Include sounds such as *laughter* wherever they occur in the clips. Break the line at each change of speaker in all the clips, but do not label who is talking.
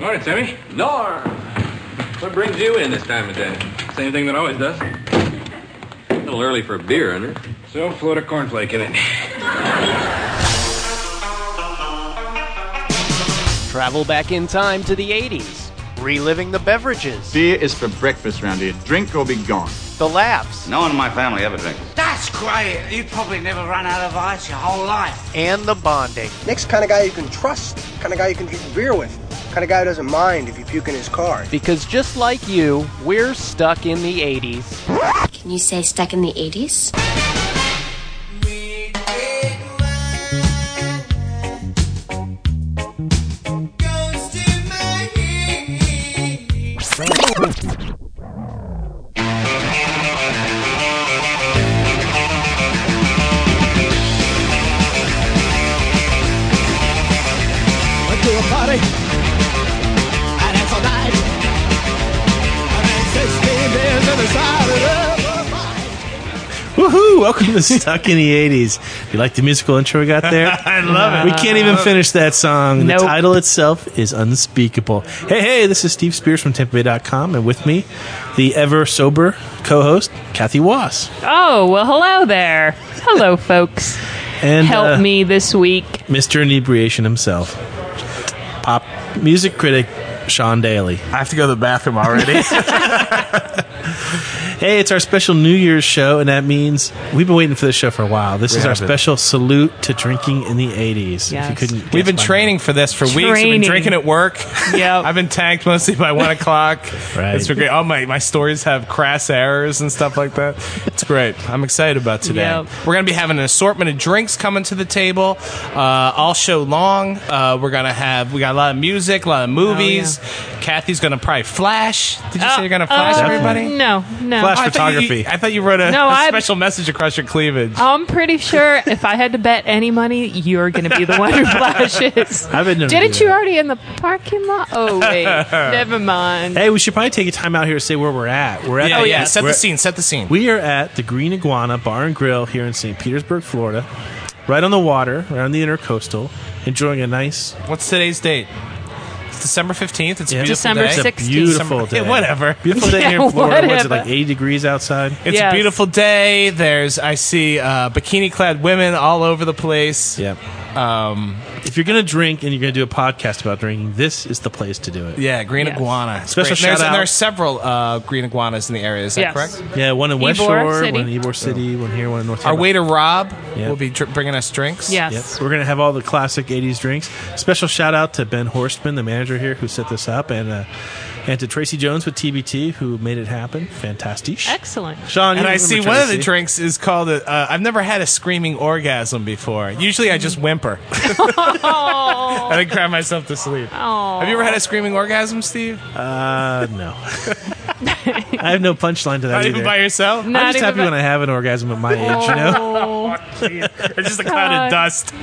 Morning, Timmy.
Norm! What brings you in this time of day?
Same thing that always does.
A little early for a beer, isn't it?
So float a cornflake in it.
Travel back in time to the 80s, reliving the beverages,
Beer is for breakfast round here. Drink or be gone.
the laughs,
No one in my family ever drinks.
That's great. You probably never run out of ice your whole life.
and the bonding.
Nick's kind of guy you can trust, kind of guy you can drink beer with, kind of guy who doesn't mind if you puke in his car.
Because just like you, we're stuck in the 80s.
Can you say stuck in the 80s?
to a party and it's a night and it's 16 days in the side of the
Woohoo! Welcome to Stuck in the 80s. You like the musical intro we got there? *laughs* I love it. We can't even finish that song.
Nope.
The title itself is unspeakable. Hey, hey, this is Steve Spears from TampaBay.com, and with me, the ever sober co host, Kathy Wass.
Oh, well, hello there. Hello, folks.
And
Help
uh,
me this week.
Mr. Inebriation himself, pop music critic Sean Daly.
I have to go to the bathroom already.
*laughs*
*laughs*
Hey, it's our special New Year's show, and that means we've been waiting for this show for a while. This is our
have been.
special salute to drinking in the 80s. If you
Yes.
couldn't guess
We've been
by now.
training for this for weeks. We've been
Training.
drinking at work.
Yep.
*laughs* I've been tanked mostly by
*laughs*
one o'clock.
Right.
It's been great. All my, my stories have crass errors and stuff like that. It's great. I'm excited about today.
Yep.
We're going to be having an assortment of drinks coming to the table uh, all show long. Uh, we're going to have, we got a lot of music, a lot of
Oh,
movies. Kathy's going to probably flash. Did you say you're going to flash
uh,
everybody?
No, no.
Flash
Oh, I thought you-
photography.
I thought you wrote a,
No,
a
I- Um,
special message across your cleavage.
I'm pretty sure if I had to bet any money, you're going to be the one who flashes.
I've been known to
Didn't
do
you
that.
already in the parking lot? Oh,
*laughs*
wait. Never mind.
Hey, we should probably take a time out here to say where we're at. We're at
Yeah,
the-
yeah. Set
we're-
the scene. Set the scene.
We are at the Green Iguana Bar and Grill here in St. Petersburg, Florida, right on the water, right on the intercoastal, enjoying a nice,
What's today's date? It's December 15th. It's a
Yeah.
beautiful
December
day.
it's a
16th.
beautiful day.
Yeah, *laughs* whatever.
Beautiful day here in
Yeah,
Florida. What's it
whatever.
like? 80 degrees outside.
*laughs* It's
Yes.
a beautiful day. There's I see uh, bikini-clad women all over the place.
Yeah.
Um,
If you're gonna drink and you're gonna do a podcast about drinking, this is the place to do it.
yeah, green
Yes.
iguana. It's
Special
great. And there's,
shout
and
out.
there are several uh, green iguanas in the area. Is
Yes.
that correct?
Yeah, one in West
Ybor
Shore,
City.
one in Ybor City, one here, one in North.
Our
Tampa.
waiter Rob
Yeah.
will be dr- bringing us drinks.
Yes.
Yep. We're going to have all the classic 80s drinks. Special shout out to Ben Horstman, the manager here, who set this up, and uh, and to Tracy Jones with TBT, who made it happen. Fantastic.
Excellent.
Sean, you
And I
remember
see one of the
Tracy.
drinks is called. A, uh, I've never had a screaming orgasm before. Usually, I just
*laughs*
whimper. *laughs*
Oh.
I then cry myself to sleep.
Aw.
Have you ever had a screaming orgasm, Steve?
Uh,
*laughs*
no. I have no punchline to that
Not
either.
even by yourself.
Not
I'm just
even
happy
by-
when I have an orgasm
*laughs*
at my age, you
Oh.
know?
It's just a cloud
God.
of dust.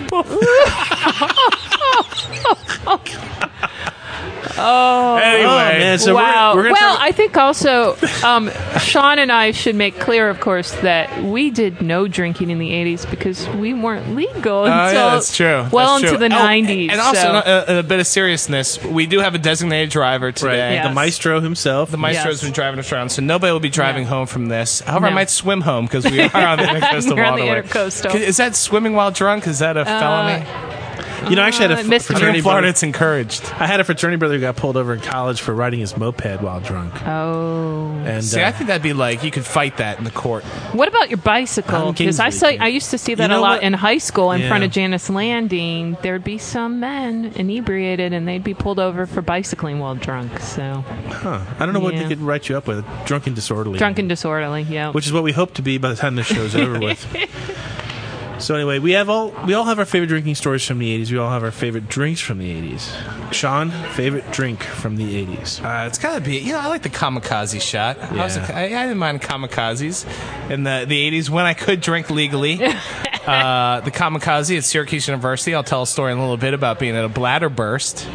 anyway,
Oh, man. So we're-
wow.
we're, going
well,
to
I think also um, Sean and I should make clear, of course, that we did no drinking in the '80s because we weren't legal
Oh,
until
yeah, that's true.
well
That's
into
true.
the
Oh,
'90s.
And also,
so-
uh, in a bit of seriousness, we do have a designated driver today.
Yeah.
the maestro himself.
The maestro's
Yes.
been driving us around, so nobody will be driving
Yeah.
home from this. However, I
No.
might swim home because we are
*laughs*
on the intercoastal
We're on the
waterway.
intercoastal.
Can- Is that swimming while drunk? Is that a felony?
you know, I actually had
uh,
a f-
Mr.
Here in
fraternity
Florida,
brother.
it's encouraged.
I had a fraternity brother who got pulled over in college for riding his moped while drunk.
oh,
And
See,
uh,
I think that'd be like you could fight that in the court.
what about your bicycle?
I'm
Because I
Kingsley,
saw,
King.
I used to see that
You know
a lot
what?
in high school in
Yeah.
front of Janice Landing. There'd be some men inebriated, and they'd be pulled over for bicycling while drunk. So
I don't know what
Yeah.
they could write you up with. Drunken disorderly.
drunk and disorderly. Yeah.
which is what we hope to be by the time this
*laughs*
show's over with. So anyway, we have all we all have our favorite drinking stories from the '80s. We all have our favorite drinks from the '80s. Sean, favorite drink from the '80s?
Uh, it's gotta be. You know, I like the kamikaze shot. I, was a,
Yeah.
I, I didn't mind kamikazes in the the eighties when I could
*laughs*
drink legally. uh, the kamikaze at Syracuse University. I'll tell a story in a little bit about being at a bladder burst.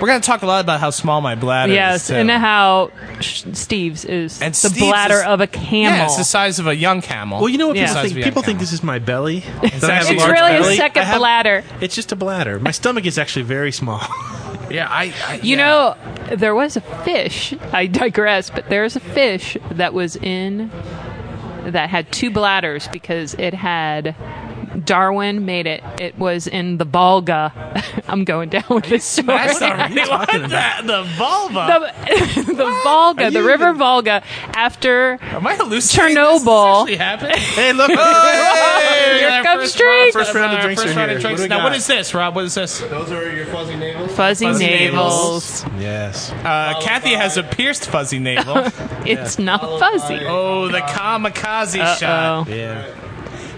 We're gonna talk a lot about how small my bladder
Yes,
is. too.
and how sh- Steve's is
And
the
Steve's
bladder
is-
of a camel.
yeah, it's the size of a young camel.
Well, you know what
Yeah.
people
Size
think.
of a
People
young
think
camel.
this is my belly. That I have
actually-
It's
large
really a
belly.
second
I have-
bladder.
*laughs* It's just a bladder. My stomach is actually very small.
Yeah, I. I
You
yeah.
*laughs*
know, there was a fish. I digress, but there's a fish that was in that had two bladders because it had Darwin made it. It was in the Volga. I'm going down with this story.
That's not what you're talking about. The vulva.
*laughs* the, the Volga, the
you
River
even-
Volga, after
Am I hallucinating?
Chernobyl.
This This actually happened?
Hey,
*laughs*
look.
Here comes drinks.
First round of drinks
uh, First
are
round
here.
of drinks.
What do we
now, what
got?
is this, Rob? What is this? Uh,
Fuzzy,
Fuzzy
Navels.
Yes.
Uh, Kathy has a pierced fuzzy navel.
*laughs* It's not fuzzy.
oh, the kamikaze shot.
Uh-oh.
Yeah.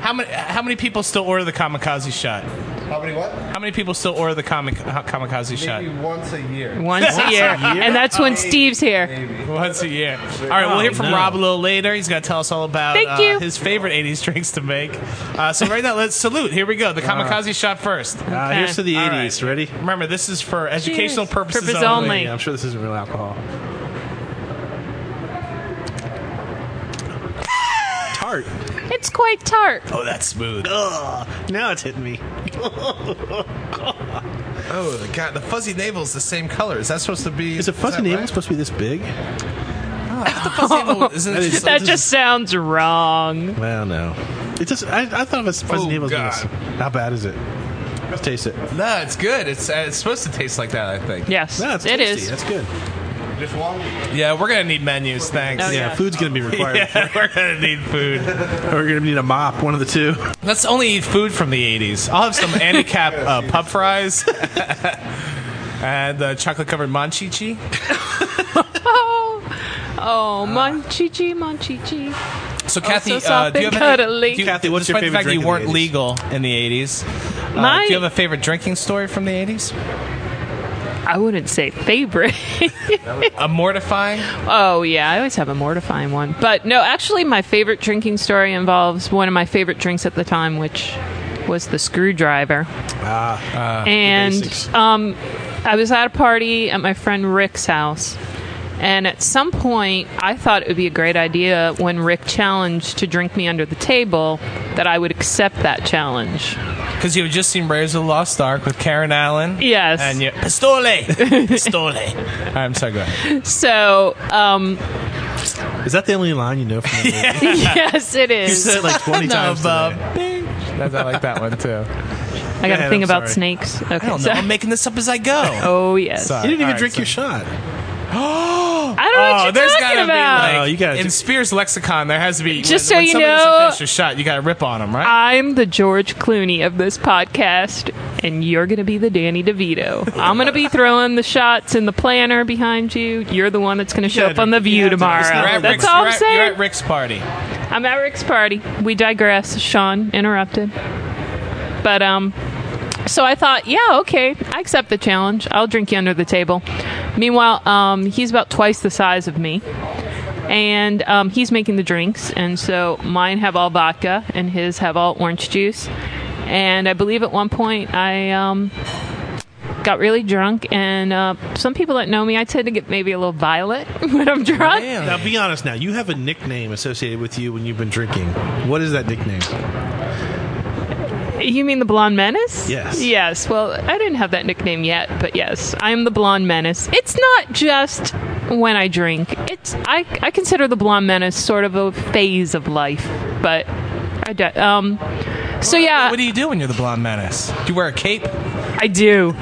How many? How many people still order the kamikaze shot?
How many what?
How many people still order the kamik- kamikaze shot?
Maybe once a year.
Once a year. And that's when Steve's here.
Once a year. All right, we'll hear from
Oh, no.
Rob a little later. He's going to tell us all about
Thank
uh,
you.
his favorite 80s drinks to make. Uh, so, right now, let's salute. Here we go. The kamikaze shot first.
Uh,
Okay.
Here's to the
All
80s.
right.
Ready?
Remember, this is for educational
Cheers.
purposes
Purpose
only.
only.
Yeah, I'm sure this isn't real alcohol. Tart.
It's quite tart.
Oh, that's smooth.
Now it's hitting me.
Oh, the God, the fuzzy navel's the same color. Is that supposed to be?
Is a fuzzy
that
navel
*laughs*
right?
supposed to be this big?
the fuzzy navel, isn't it
is-
just-
That just sounds wrong.
Well, no. It just. I, I thought of a fuzzy
Oh,
navel
God.
as this. How bad is it? Let's taste it.
No, it's good. It's uh, it's supposed to taste like that. I think.
Yes,
No, it's
it
tasty.
is.
That's good.
Yeah, we're going to need menus. Thanks.
Oh,
Yeah,
yeah.
food's gonna be required.
*laughs*
*laughs*
Yeah, we're going to need food.
We're gonna need a mop. One of the two.
Let's only eat food from the 80s. I'll have
*laughs*
some handicap uh, pub fries *laughs* and uh, chocolate covered manchichi.
Oh, oh, Monchichi, Monchichi.
So Kathy,
soft
uh, do you
and
have
cuddly.
Any, do you,
Kathy, what's your
despite the
favorite
fact that
drink in the
you
80s?
weren't legal in the eighties? Uh,
My-
do you have a favorite drinking story from the eighties?
I wouldn't say favorite.
A mortifying.
oh, yeah, I always have a mortifying one. But no, actually, my favorite drinking story involves one of my favorite drinks at the time, which was the screwdriver. Ah, and
basics.
um, I was at a party at my friend Rick's house. And at some point, I thought it would be a great idea when Rick challenged to drink me under the table that I would accept that challenge.
Because you had just seen Raiders of the Lost Ark with Karen Allen.
Yes.
And
*laughs*
you pistole, pistole. I'm sorry. Go ahead.
So, um,
Is that the only line you know from the movie?
*laughs* yes, it
You
is.
said it like *laughs* 20
Son
times
of a
today.
bitch. That's- I like that one too.
I got
ahead,
to
I'm
think about
sorry.
snakes. Okay,
I don't
*laughs*
know.
so-
I'm making this up as I go.
oh yes.
Sorry.
You didn't even
All right,
drink
so-
your
*gasps*
shot.
I don't know
Oh,
what you're
there's
talking
gotta
about.
be like
Oh, you gotta
in
do-
Spears lexicon. There has to be
Just
when-
so
when
you
somebody doesn't
know-
finish a shot, you got to rip on them, right?
I'm the George Clooney of this podcast, and you're going to be the Danny DeVito.
*laughs*
I'm going to be throwing the shots in the planner behind you. You're the one that's going to show
gotta
up on
do-
the
you
View
have to-
tomorrow.
it's not
You're at
That's
Rick's,
all
you're
I'm
at-
saying.
You're at Rick's party.
I'm at Rick's party. We digress. Sean interrupted. But um so I thought, yeah, okay, I accept the challenge. I'll drink you under the table. Meanwhile, um, he's about twice the size of me. And um, he's making the drinks. And so mine have all vodka and his have all orange juice. And I believe at one point I um, got really drunk. And uh, some people that know me, I tend to get maybe a little violent *laughs* when I'm drunk.
Now, be honest now. You have a nickname associated with you when you've been drinking. What is that nickname?
You mean the Blonde Menace?
Yes.
Yes. Well, I didn't have that nickname yet, but yes, I am the Blonde Menace. It's not just when I drink. It's I, I consider the Blonde Menace sort of a phase of life, but I do, um so yeah,
What do you do when you're the blonde menace? Do you wear a cape? Do *laughs*
I do.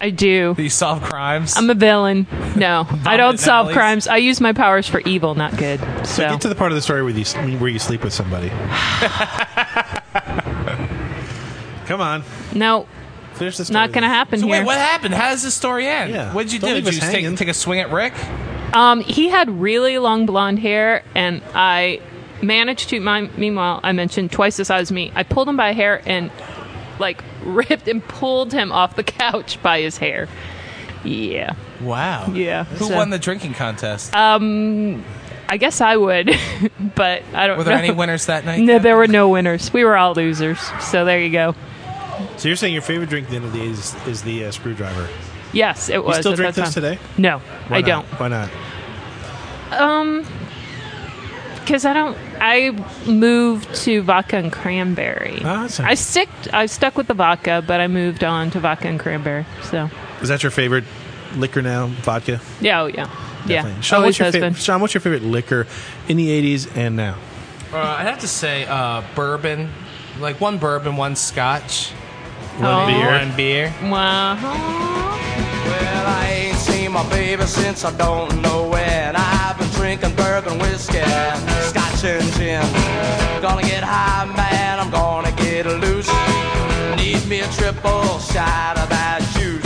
I do.
you solve crimes?
I'm a villain. No, I don't
Vomit
solve
alleys.
crimes. I use my powers for evil, not good. So
Get to the part of the story where you where you sleep with
*sighs*
somebody. Come on,
no,
finish this.
not gonna happen
So
here.
wait, what happened? How does the story end?
Yeah.
What did you
Don't
do?
leave
Did you
us
just take,
hanging.
take a swing at Rick?
Um, he had really long blonde hair, and I managed to. My, meanwhile, I mentioned twice the size of me. I pulled him by hair and like ripped and pulled him off the couch by his hair. Yeah,
Wow.
yeah.
Who
so- Uh,
won the drinking contest?
I guess I would, *laughs* but I don't.
were there
know.
any winners that night?
No, there were no winners. We were all losers. So there you go.
So you're saying your favorite drink then of the is, is the uh, screwdriver?
Yes, it was.
still
at
drink
that
this
time.
today?
No,
Why
I
not?
don't.
Why not?
Because I don't. I moved to vodka and cranberry.
Ah, that's
I stick. I stuck with the vodka, but I moved on to vodka and cranberry. So
Is that your favorite
liquor now? Vodka.
Yeah, oh, yeah. Yeah.
Definitely. Sean,
Always
what's your
has been.
favorite? Sean, what's your favorite liquor in the '80s and now?
Uh, I'd have to say uh, bourbon, like one bourbon, one scotch,
One
one
*laughs*
beer.
Uh-huh.
Wow.
Well, I ain't seen my baby since I don't know when. I've been drinking bourbon whiskey, scotch and gin. Gonna get high, man, I'm gonna get loose. Need me a triple shot of that juice.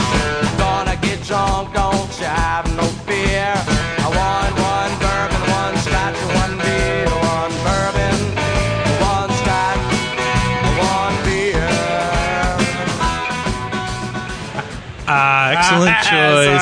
Gonna get drunk, don't you have no fear. I want one bourbon, one scotch, one beer. One bourbon, one scotch, one beer.
Ah, excellent *laughs*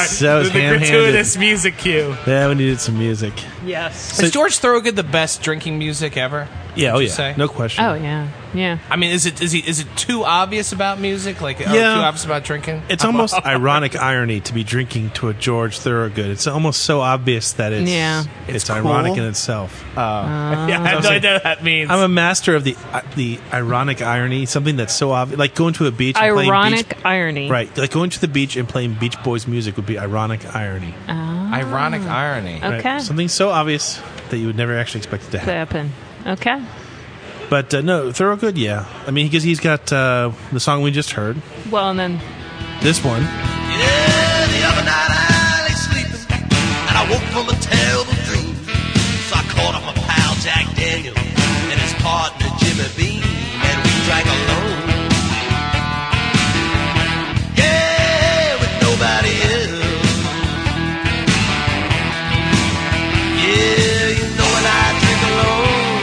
choice. That was
the
ham-handed.
gratuitous music cue.
Yeah, we needed some music.
Yes.
is George Thorogood the best drinking music ever?
Yeah,
Would
oh
you
yeah,
say?
no question.
Oh, yeah. Yeah.
I mean, is it is he is it too obvious about music? Like, yeah.
Yeah.
too obvious about drinking?
It's
*laughs*
almost ironic irony to be drinking to a George Thorogood. It's almost so obvious that it's
Yeah.
it's,
It's
ironic
cool.
in itself.
yeah, I have no idea what that means.
I'm a master of the uh, the ironic irony, something that's so obvious. Like going to a beach, and playing
Ironic
beach-
irony.
right? Like going to the beach and playing Beach Boys music would be ironic irony.
Ironic irony.
right?
Okay.
something so obvious that you would never actually expect it to happen.
Happen. Okay.
But uh, no, Thorogood, yeah. I mean, because he's got uh, the song we just heard,
Well, and then
this one.
Yeah, the other night I lay sleeping, and I woke from a terrible dream. So I called up my pal Jack Daniel and his partner Jimmy Beam, and we drank alone. Yeah, with nobody else. Yeah, you know when I drink alone,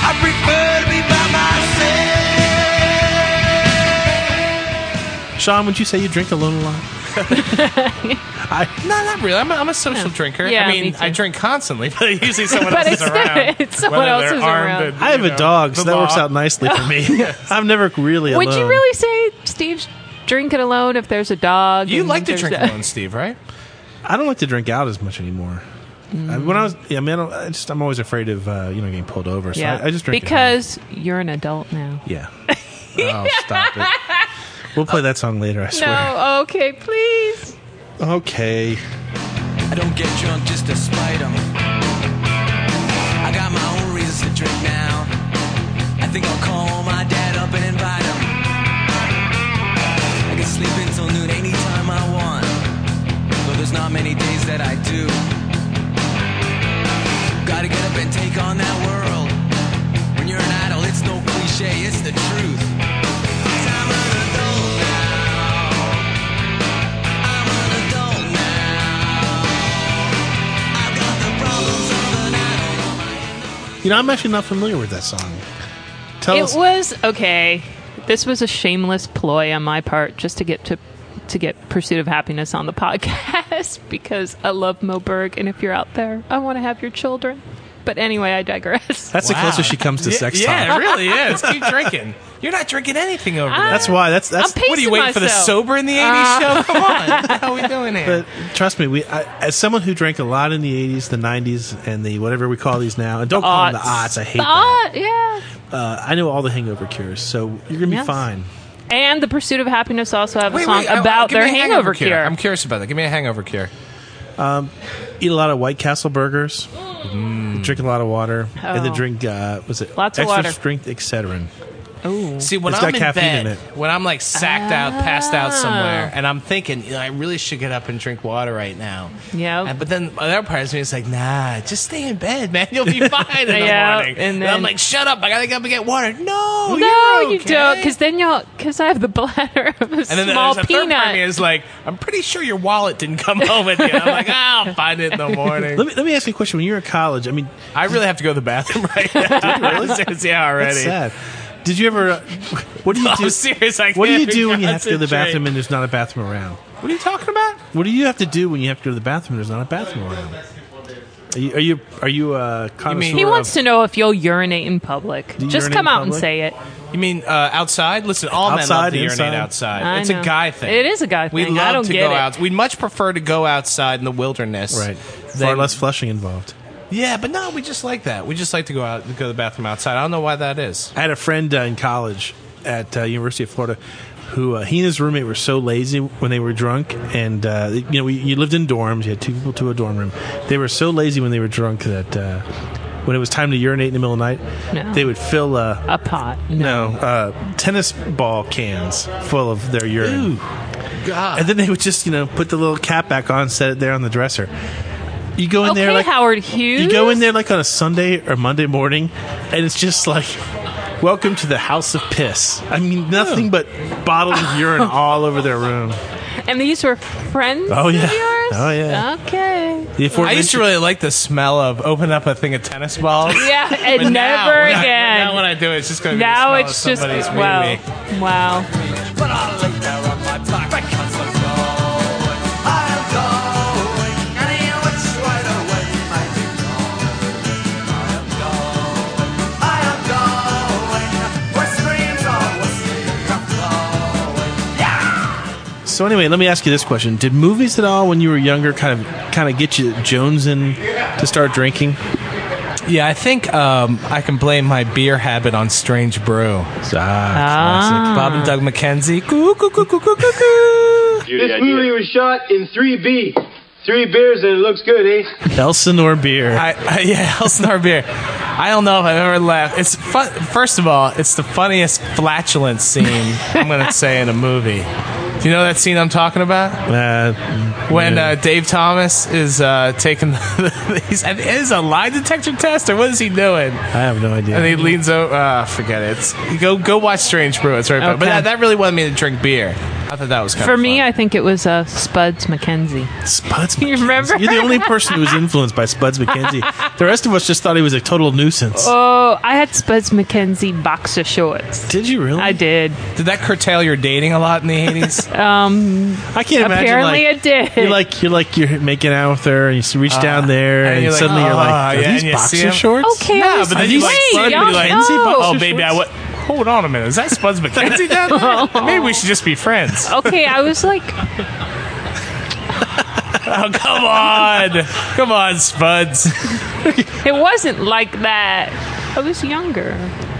I prefer to be by myself.
Sean, would you say you drink alone a lot?
No, not really. I'm a, I'm a social drinker.
Yeah,
I mean,
me too.
I drink constantly, *laughs* but usually someone
But
else is
it's-
around.
*laughs* it's someone
whether
else
they're
who's
armed
around.
and,
I have
you
a
know,
dog, so
the
that works
law.
out nicely for me.
*laughs*
*laughs* I'm never really alone.
would you really say Steve's drinking alone if there's a dog?
You
and
like to
Mm, there's
drink
a-
alone, Steve, right?
I don't like to drink out as much anymore. I, when I was, yeah, man, I, don't- I just I'm always afraid of uh, you know getting pulled over. So
Yeah.
I, I just drink at home.
because you're an adult now.
yeah.
*laughs*
oh, stop it. *laughs* We'll play that song later. I swear.
No. Okay. Please.
Okay.
I don't get drunk just to spite 'em. I got my own reasons to drink now. I think I'll call my dad up and invite him. I can sleep until noon anytime I want. Though there's not many days that I do. Gotta get up and take on that world. When you're an idol, it's no cliche, it's the truth. 'Cause I'm an adult now. I'm an adult now. I've got the problems of an adult.
You know, I'm actually not familiar with that song.
Oh.
Tell
it
us.
was okay. This was a shameless ploy on my part just to get to to get Pursuit of Happiness on the *laughs* podcast because I love Moberg and if you're out there, I want to have your children. But anyway, I digress.
that's the closest she comes to
yeah,
sex
Yeah,
talk.
it really is.
*laughs*
Keep drinking. You're not drinking anything over there.
That's why. That's that's. Uh.
I'm pacing
What are you waiting for the
myself.
sober in the 80s show? Come on. What are we doing here?
But trust me, we I, as someone who drank a lot in the '80s, the '90s, and the whatever we call these now, and don't call them the
Aughts.
odds. I hate
The
that.
aught, yeah.
Uh, I know all the hangover cures, so you're gonna be
Yes.
fine.
And the Pursuit of Happiness also have a
Wait,
song
wait, I- I-
about
give me
their
a
hangover, cure.
I'm curious about that. Give me a hangover cure.
eat a lot of White Castle burgers, Mm. drink a lot of water, and then
Mm. Oh.
drink uh, was it
Lots of
extra
water.
strength Excedrin?
Ooh.
See, when
It's
I'm
got
in
caffeine
bed,
in it.
when I'm like sacked out, passed out
Ah.
somewhere, and I'm thinking, you know, I really should get up and drink water right now.
Yeah.
And- but then the other part of me is like, nah, just stay in bed, man.
*laughs*
You'll be fine in the
Yeah,
morning.
and
And,
then-
I'm like, shut up. I gotta go up and get water. No,
no,
Oh,
you're
you
okay.
don't, because then y'all, because I have the bladder of a
And then
small
there's a third part of me
peanut.
is like, I'm pretty sure your wallet didn't come *laughs* home with you. And I'm like, ah, I'll find it in the morning.
Let me let me ask you a question. When you were in college, I mean,
I really have to go to the bathroom *laughs* right now. *laughs* yeah, already.
that's sad. Did you
*laughs*
ever? uh, What do you do?
I'm serious. I
What do you
can't *laughs*
do when you have to go to the
concentrate.
bathroom and there's not a bathroom around?
What are you talking about?
What do you have to do when you have to go to the bathroom and there's not a bathroom around? Are you are you, are you a connoisseur?
mean-
He
of-
wants to know if you'll urinate in public.
you
Just
urinate
come
in
out and
public?
say it.
You mean uh, outside? Listen, all men love
Outside,
to
inside.
urinate outside.
I
it's
know.
a guy thing.
It is a guy
We
thing.
love
I don't
to
get
go
it.
out. We'd much prefer to go outside in the wilderness.
right? Far
than-
less flushing involved.
Yeah, but no, we just like that. We just like to go out, go to the bathroom outside. I don't know why that is.
I had a friend uh, in college at uh, University of Florida.
who uh, he and his roommate were so lazy when they were drunk, and uh, you know, we, you lived in dorms. You had two people to a dorm room. They were so lazy when they were drunk that uh, when it was time to urinate in the middle of the night,
No.
they would fill uh,
a pot.
No, uh, tennis ball cans full of their urine.
God.
And then they would just, you know, put the little cap back on, set it there on the dresser. You go in there
Okay,
like
Howard Hughes.
You go in there like on a Sunday or Monday morning, and it's just like, welcome to the house of piss. I mean, nothing but bottles of urine all over their room.
Oh. and these were friends
Oh, yeah.
of yours?
Oh, yeah.
Okay.
I used to really like the smell of opening up a thing of tennis balls.
Yeah, and
But now,
never
when I-
again.
now when I do it, it's just going to be the
now
smell
it's
of
just
somebody's
wow,
baby.
wow.
But I'll lay there on my back because I'm going. I'm going. Any which way the wind may be blowing. I am going. Where streams of whiskey come flowing.
So anyway, let me ask you this question: Did movies at all when you were younger kind of kind of get you jonesing to start drinking?
Yeah, I think um, I can blame my beer habit on Strange Brew.
Ah.
Ah.
classic. Bob and Doug McKenzie. Coo, coo, coo, coo, coo, coo, coo.
This movie was shot in 3B. Three beers and it looks good, eh?
Elsinore beer.
I, I, yeah, *laughs* Elsinore beer. I don't know if I've ever laughed. It's fun. First of all, it's the funniest flatulence
*laughs*
scene I'm going to say in a movie. Do you know that scene I'm talking about? when uh, Dave Thomas is uh, taking *laughs* the, he's, it is a lie detector test or what is he doing?
I have no idea.
And he leans over. Uh, forget it. It's, go go watch Strange Brew. It's right. But
Okay.
that, that really wanted me to drink beer. I thought that was kind
For
of
me, I think it was uh, Spuds McKenzie.
Spuds,
you remember?
You're the only person who was influenced by Spuds McKenzie. The rest of us just thought he was a total nuisance.
Oh, I had Spuds McKenzie boxer shorts.
Did you really?
I did.
Did that curtail your dating a lot in the
*laughs*
eighties?
Um,
I can't imagine.
Apparently,
like,
it did.
You're like you're like you're making out with her, and you reach down there, and,
Uh, you're like,
suddenly you're like,
"Ah,
are
yeah,"
these
and you
boxer
see him.
shorts?
Okay, I
Nah,
was
but then you
wait,
like Spuds
y'all
be like,
know.
oh baby, I what? Hold on a minute. Is that Spuds
*laughs*
McKenzie down there? Maybe we should just be friends.
okay, I was like,
Oh come
*laughs*
on, come on, Spuds.
it wasn't like that. I was younger.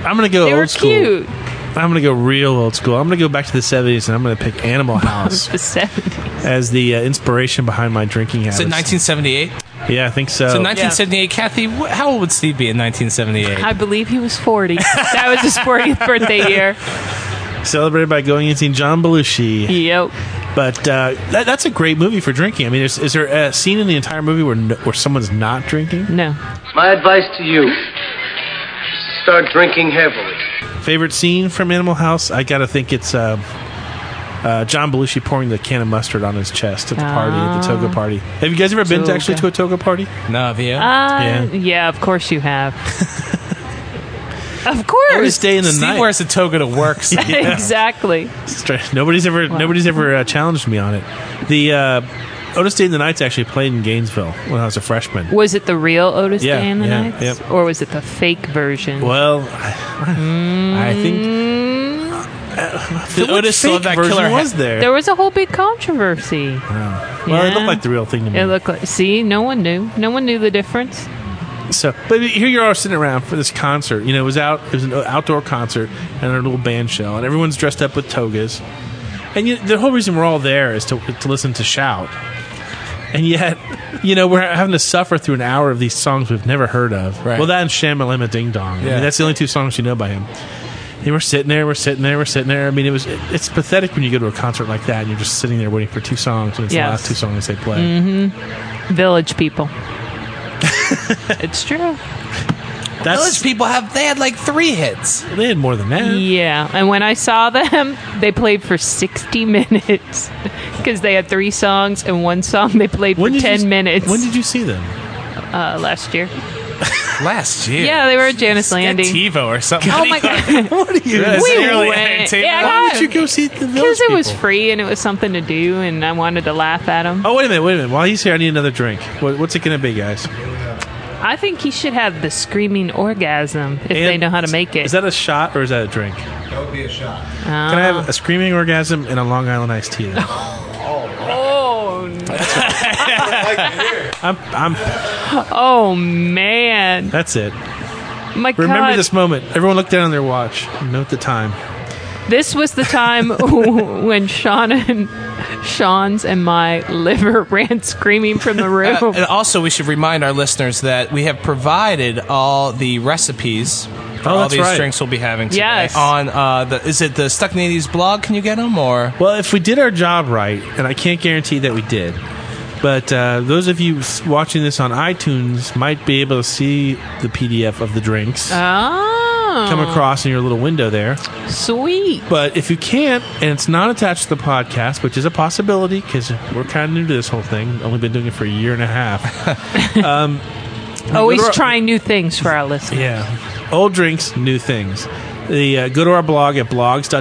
I'm gonna go
They
old
were
school.
cute.
I'm gonna go real old school. I'm gonna go back to the '70s, and I'm gonna pick
*laughs*
Animal House
the 70s.
as the uh, inspiration behind my drinking habits.
Is it 1978?
yeah, I think so.
Oh.
So 1978, Kathy, wh- how old would Steve be in 1978?
I believe he was 40. that was his 40th birthday year.
Celebrated by going and seeing John Belushi.
Yep.
But uh, that, that's a great movie for drinking. I mean, is, is there a scene in the entire movie where no, where someone's not drinking?
No.
My advice to you start drinking heavily.
Favorite scene from Animal House? I gotta think it's uh, uh, John Belushi pouring the can of mustard on his chest at the party at the
Ah.
toga party. Have you guys ever been to actually to a
Toga.
toga party?
No, have you?
Uh, yeah. of course
*laughs*
you have. of course.
Steve wears a toga
*laughs*
to work. so-
*laughs* exactly.
Strange. Nobody's ever nobody's ever uh, challenged me on it. The uh, Otis Day and the Knights actually played in Gainesville when I was a freshman.
Was it the real Otis
Yeah,
Day and the
yeah,
Nights?
yep.
Or was it the fake version?
Well, I, I think
uh, The
what
Otis
fake
saw that
version
killer
was
ha-
there.
There was a whole big controversy.
Wow. Well, it
Yeah.
looked like the real thing to me.
It looked like, see, no one knew. No one knew the difference.
So, but here you are sitting around for this concert. You know, it was out. It was an outdoor concert and a little band shell, and everyone's dressed up with togas. And you, the whole reason we're all there is to to listen to shout. And yet, *laughs* you know, we're having to suffer through an hour of these songs we've never heard of.
Right.
Well, that and Shamalama Ding Dong. I mean,
Yeah.
that's the only two songs you know by him. And we're sitting there, we're sitting there, we're sitting there. I mean, it was it, it's pathetic when you go to a concert like that and you're just sitting there waiting for two songs, and it's
Yes.
the last two songs they play.
Mm-hmm.
*laughs*
Village people. it's true.
Village people have they had like three hits.
They had more than that.
Yeah, and when I saw them, they played for 60 minutes *laughs* because they had three songs and one song they played for 10 minutes.
When did you see them?
Uh, last
*laughs*
year.
Last year.
Yeah, they were at Janice Landing.
TiVo or something.
Oh my god!
*laughs* what are
*laughs* you- That's
We
really
went.
entertaining.
Yeah,
Why
did you go see the
Because it was free and it was something to do, and I wanted to laugh at him.
Oh, wait a minute, wait a minute. While he's here, I need another drink. What, what's it going to be, guys?
I think he should have the screaming orgasm if they know how to make it.
Is that a shot or is that a drink?
That would be a shot.
Can I have a screaming orgasm and a Long Island iced tea? Then?
*laughs* Oh,
I'm, I'm,
oh man!
that's it.
My
Remember
God.
this moment. Everyone looked down on their watch. Note the time.
This was the
*laughs*
time when Sean and Sean's and my liver *laughs* ran screaming from the room.
Uh, and also, we should remind our listeners that we have provided all the recipes for
Oh,
all
that's
these
right.
drinks we'll be having today.
Yes.
On uh, the is it the Stuck in the 80s blog? Can you get them or?
Well, if we did our job right, and I can't guarantee that we did, but uh, those of you s- watching this on iTunes might be able to see the PDF of the drinks
Oh.
come across in your little window there.
Sweet.
But if you can't, and it's not attached to the podcast, which is a possibility because we're kind of new to this whole thing, only been doing it for a year and a half. um,
Always
go to our-
Oh, trying new things for our listeners.
yeah. Old drinks, new things. The, uh, go to our blog at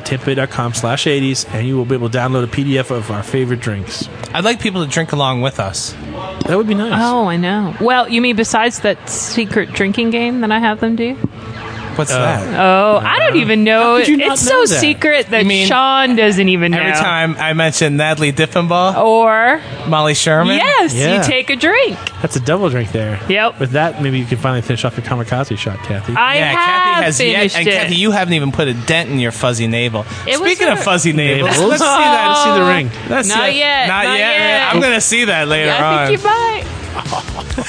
blogs.tempe.com slash 80s, and you will be able to download a PDF of our favorite drinks.
I'd like people to drink along with us.
That would be nice.
Oh, I know. Well, you mean besides that secret drinking game that I have them do?
What's
Uh,
that?
Oh, I don't even know.
How could you not
It's
know
so
that?
secret that
You mean-
Sean doesn't even know.
Every time I mention Natalie Diffenbaugh
or
Molly Sherman,
Yes, you take a drink.
That's a double drink there.
Yep.
With that, maybe you can finally finish off your kamikaze shot, Kathy.
I
yeah,
have
Kathy has yet,
finished
and
it.
Kathy, you haven't even put a dent in your fuzzy navel.
It was
Speaking of
her-
fuzzy navels,
Navels.
let's see that. Let's see the ring.
Oh,
Let's see
not
that.
yet,
Not,
not
yet.
yet.
I'm gonna see that later
I
on.
think you might.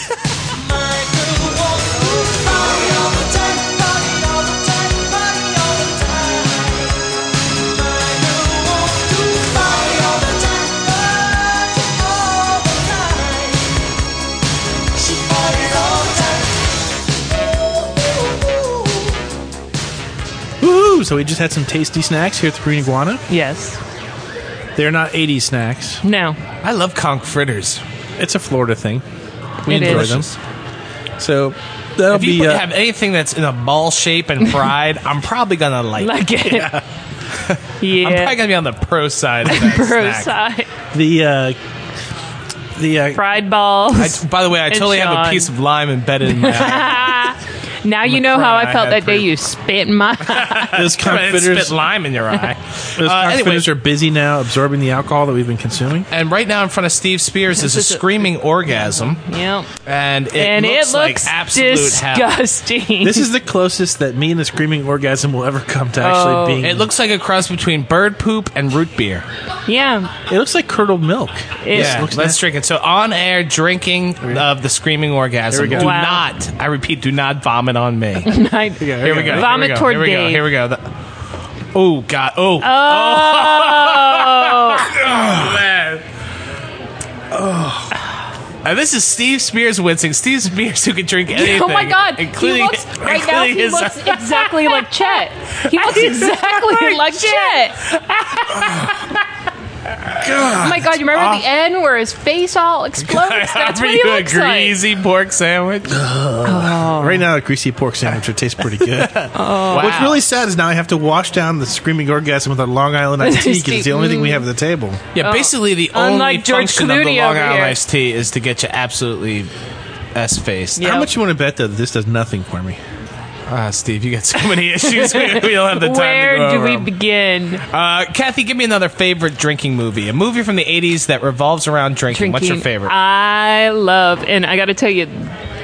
Woohoo! So we just had some tasty snacks here at the Green Iguana.
Yes.
They're not 80 snacks.
No.
I love conch fritters.
It's a Florida thing. We
It
enjoy
is.
them. So that'll
if
be.
you put-
uh,
have anything that's in a ball shape and fried, I'm probably gonna like,
*laughs* Like it.
Yeah.
*laughs* Yeah.
I'm probably gonna be on the pro side. Of that
Pro
snack.
side.
the uh, the uh,
Fried balls.
I, by the way, I
and
totally have a
Sean.
piece of lime embedded
*laughs*
in my.
now you know
cry
how I felt
I had
that day you spit
*laughs*
in my *laughs* eye.
those
Spit
confitters,
lime in your *laughs* eye.
those
Uh, anyway.
confitters are busy now absorbing the alcohol that we've been consuming.
And right now in front of Steve Spears is a
This is a-
screaming orgasm,
Yep.
and it
and
looks,
it looks
like absolute hell.
disgusting.
This is the closest that me and the screaming orgasm will ever come to actually
Oh.
being.
It looks like a cross between bird poop and root beer.
*laughs* yeah.
it looks like curdled milk.
It-
yeah,
looks nasty.
let's drink it. Uh, So on air drinking of the screaming orgasm.
There we go.
Do
Wow.
not, I repeat, do not vomit on me. *laughs* Here
I-
we go.
Vomit
here we go,
toward
here we go,
Dave.
Here we go. The- oh God. Oh. *laughs*
Oh.
man. Oh. And this is Steve Spears wincing. Steve Spears who can drink anything.
*laughs* oh my God!
Including,
he looks right now.
including
He
his- *laughs*
looks exactly like Chet. He looks exactly like Chet.
*laughs*
Oh my God! You remember the end where his face
*laughs*
all explodes? *laughs* That's
Offer
what he
you a
looks like.
greasy pork sandwich.
Right now, a greasy pork sandwich would taste pretty good. What's
Wow.
really sad is now I have to wash down the screaming orgasm with a Long Island iced tea because it's the only thing we have at the table.
Yeah,
Oh.
basically the only
Unlike George
function of the
Clooney
Long
over
Island
here.
iced tea is to get you absolutely s faced.
Yeah.
How much you want to bet that this does nothing for me?
Ah, Steve, you got so many *laughs* issues. We we don't have the time. to
Where
go
do
over
we
them.
begin?
Uh, Kathy, give me another favorite drinking movie. A movie from the '80s that revolves around drinking.
Drinking.
What's your favorite?
I love, and I got to tell you,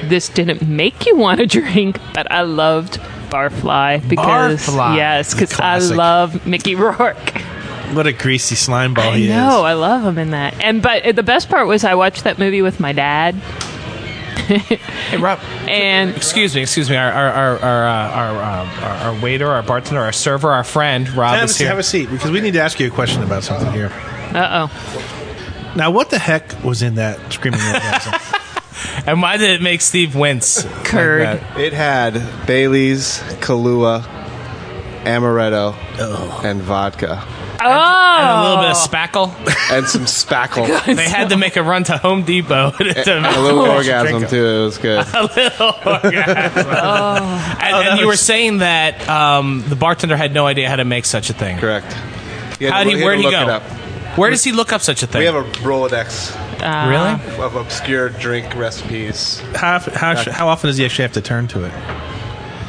this didn't make you want to *laughs* drink, but I loved Barfly because
Barfly.
yes, because I
Classic.
love Mickey *laughs* Rourke.
What a greasy slime ball he
No, I love him in that. And but uh, the best part was I watched that movie with my dad, *laughs*
hey, Rob.
and
Excuse me, excuse me. Our our our our, uh, our, uh, our, our waiter, our bartender, our server, our friend Rob
Have
is
a,
here.
have a seat because we need to ask you a question about something here.
uh oh,
Now, what the heck was in that screaming orgasm?
and why did it make Steve wince? like
curd.
that?
It had Bailey's, Kahlua, amaretto, and vodka,
A
Oh,
little bit of spackle.
and some spackle.
They had to make a run to Home Depot. *laughs* to
A-
to
a little orgasm too. It was good.
A little orgasm.
Oh,
And, and you were saying that um, the bartender had no idea how to make such a thing.
Correct. He had
How
to-
did he?
had
Where
to
did he
look it
go?
up.
Where does he look up such a thing?
We Uh, have a Rolodex
really?
of obscure drink recipes.
how, how, how often does he actually have to turn to it?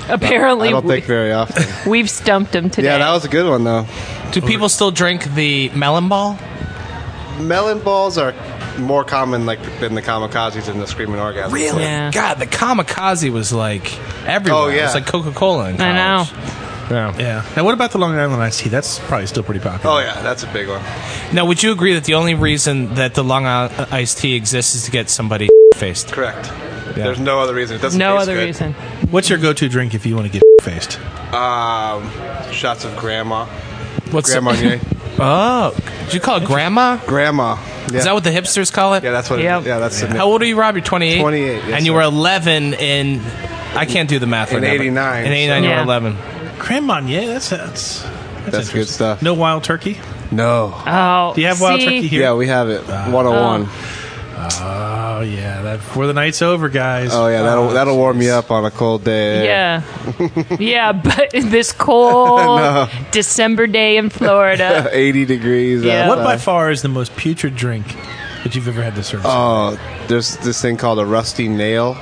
apparently
I don't think very often.
we, we've stumped him today.
yeah, that was a good one though.
Do people still drink the melon ball?
Melon balls are more common like than the kamikazes and the screaming orgasms.
Yeah.
God, the kamikaze was like everywhere.
Oh, yeah.
It was like Coca Cola.
I know.
Yeah.
Yeah. Now, what about the Long Island iced tea? That's probably still pretty popular.
Oh yeah, that's a big one.
Now, would you agree that the only reason that the Long Island iced tea exists is to get somebody *laughs* faced?
Correct. There's no other reason. It doesn't.
No
taste
other
good.
reason.
What's your go-to drink if you want to get faced?
Um, shots of grandma.
What's
grandma?
*laughs*
Marnier.
oh, did you call it grandma?
Grandma.
Is that what the hipsters call it? Yeah,
that's what.
Yeah,
yeah that's.
How old are you, Rob? You're 28.
28, yes,
and you
sir.
were 11 in. I can't do the math.
In
right now, but-
89,
In 89,
so-
you were
Yeah.
11.
Creme Marnier. That's that's that's,
That's good stuff.
No wild turkey.
No.
Oh,
Do you have wild turkey here?
Yeah, we have it.
Ah,
One hundred one.
Oh yeah, that before the night's over, guys.
Oh yeah, that'll that'll warm you up on a cold day.
Yeah. yeah, *laughs* but this
*laughs*
cold
No.
December day in Florida.
80 degrees.
Yeah.
What by
outside.
far is the most putrid drink that you've ever had to serve?
Oh, there's this thing called a rusty nail.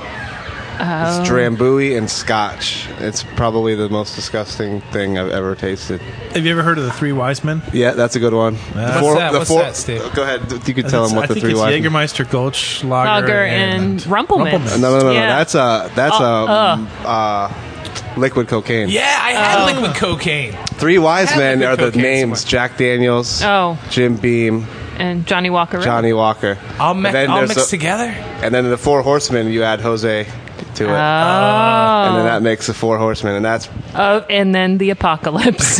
Oh.
It's drambuie and scotch. It's probably the most disgusting thing I've ever tasted.
Have you ever heard of the Three Wise Men?
Yeah, that's a good one.
What's that? What's that, Steve?
Go ahead. You can tell
It's-
them
I
what the
think
three
it's
wise. men-
Jägermeister, Gulch, Lager,
Lager and Rumpelmans.
No, no, no, no.
Yeah.
That's a that's
Uh,
a um, uh, liquid cocaine.
Yeah, I had
Oh.
liquid cocaine.
Three wise men
liquid
are the
cocaine
names: Jack Daniels,
Oh.
Jim Beam,
And Johnny Walker. Red.
Johnny Walker.
All,
And
mi-
then
all
there's
mixed
a-
together?
And then the four horsemen, you add Jose to it,
Oh.
and then that makes the four horsemen, and that's
Oh, and then the apocalypse.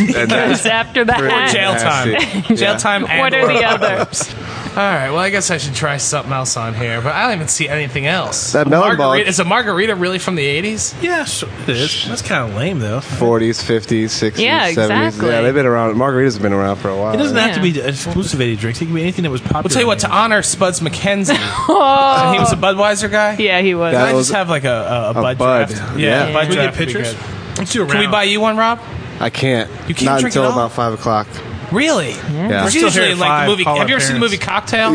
*laughs* And that's
Because after that,
pretty
Jail time.
nasty.
Jail
Yeah.
time and
*laughs*
What are the
others? *laughs* All right, well, I guess I should try something else on here, but I don't even see anything else.
That melon ball-
margarita, Is a margarita really from the 80s?
Yeah, it is. That's kind of lame, though.
40s, 50s, 60s,
Yeah,
70s.
exactly.
Yeah, they've been around. Margaritas have been around for a while.
It doesn't have to be exclusive 80 drinks. It can be anything that was popular.
We'll tell you what, to honor Spuds McKenzie.
Oh.
He was *laughs* a Budweiser guy?
Yeah, he was.
Can I just have like a, a, a Bud,
Bud.
draft?
Yeah.
a Bud
Can we get
draft would be
pictures?
good.
Let's do a
Can we
round.
buy you one, Rob?
I can't.
You can't
Not
drink
until
at all?
about 5 o'clock.
Really?
Yeah.
It's
We're still
usually
here at
like
five,
the movie.
call
Have
our
you ever seen the
parents.
movie Cocktail?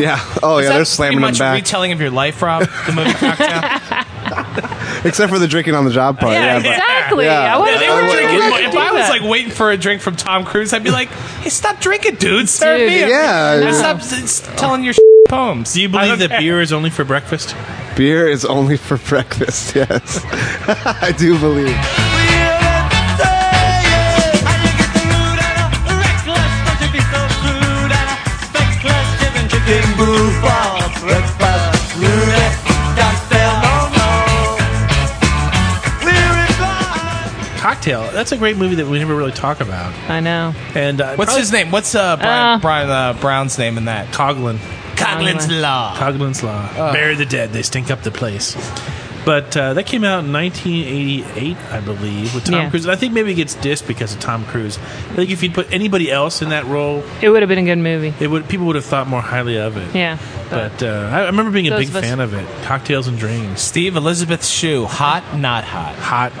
*laughs* Yeah. Oh,
Is
yeah,
that
they're slamming
pretty
them
much
back.
Retelling of your life, Rob.
*laughs*
The movie Cocktail.
Except for the drinking on the job part. Yeah, but-
exactly.
Yeah.
I wouldn't
they
know
were
what
drinking.
to
If
do
I was
that.
like waiting for a drink from Tom Cruise, I'd be like, "Hey, stop drinking, dude. Serve
Dude.
me. a-
Yeah.
Now Stop s- s- telling your poems."
Do you
I
believe
don't
that
care.
beer is only for breakfast?
Beer is only for *laughs* breakfast, yes. *laughs* I do believe.
Cocktail. That's a great movie that we never really talk about.
I know.
And uh,
What's
probably-
his name? What's uh, Brian, Brian uh, Brown's name in that?
Coglin.
Coglin's Law.
Coglin's Law.
Ah.
Bury the dead. They stink up the place. But uh, that came out in 1988, I believe, with Tom
Yeah.
Cruise. And I think maybe it gets dissed because of Tom Cruise. I think if you'd put anybody else in that role,
It would have been a good movie.
it would people would have thought more highly of it.
Yeah.
But uh, I I remember being a
Those
big
of us-
fan of it. Cocktails and Dreams.
Steve Elizabeth Shue. Hot, not hot.
Hot.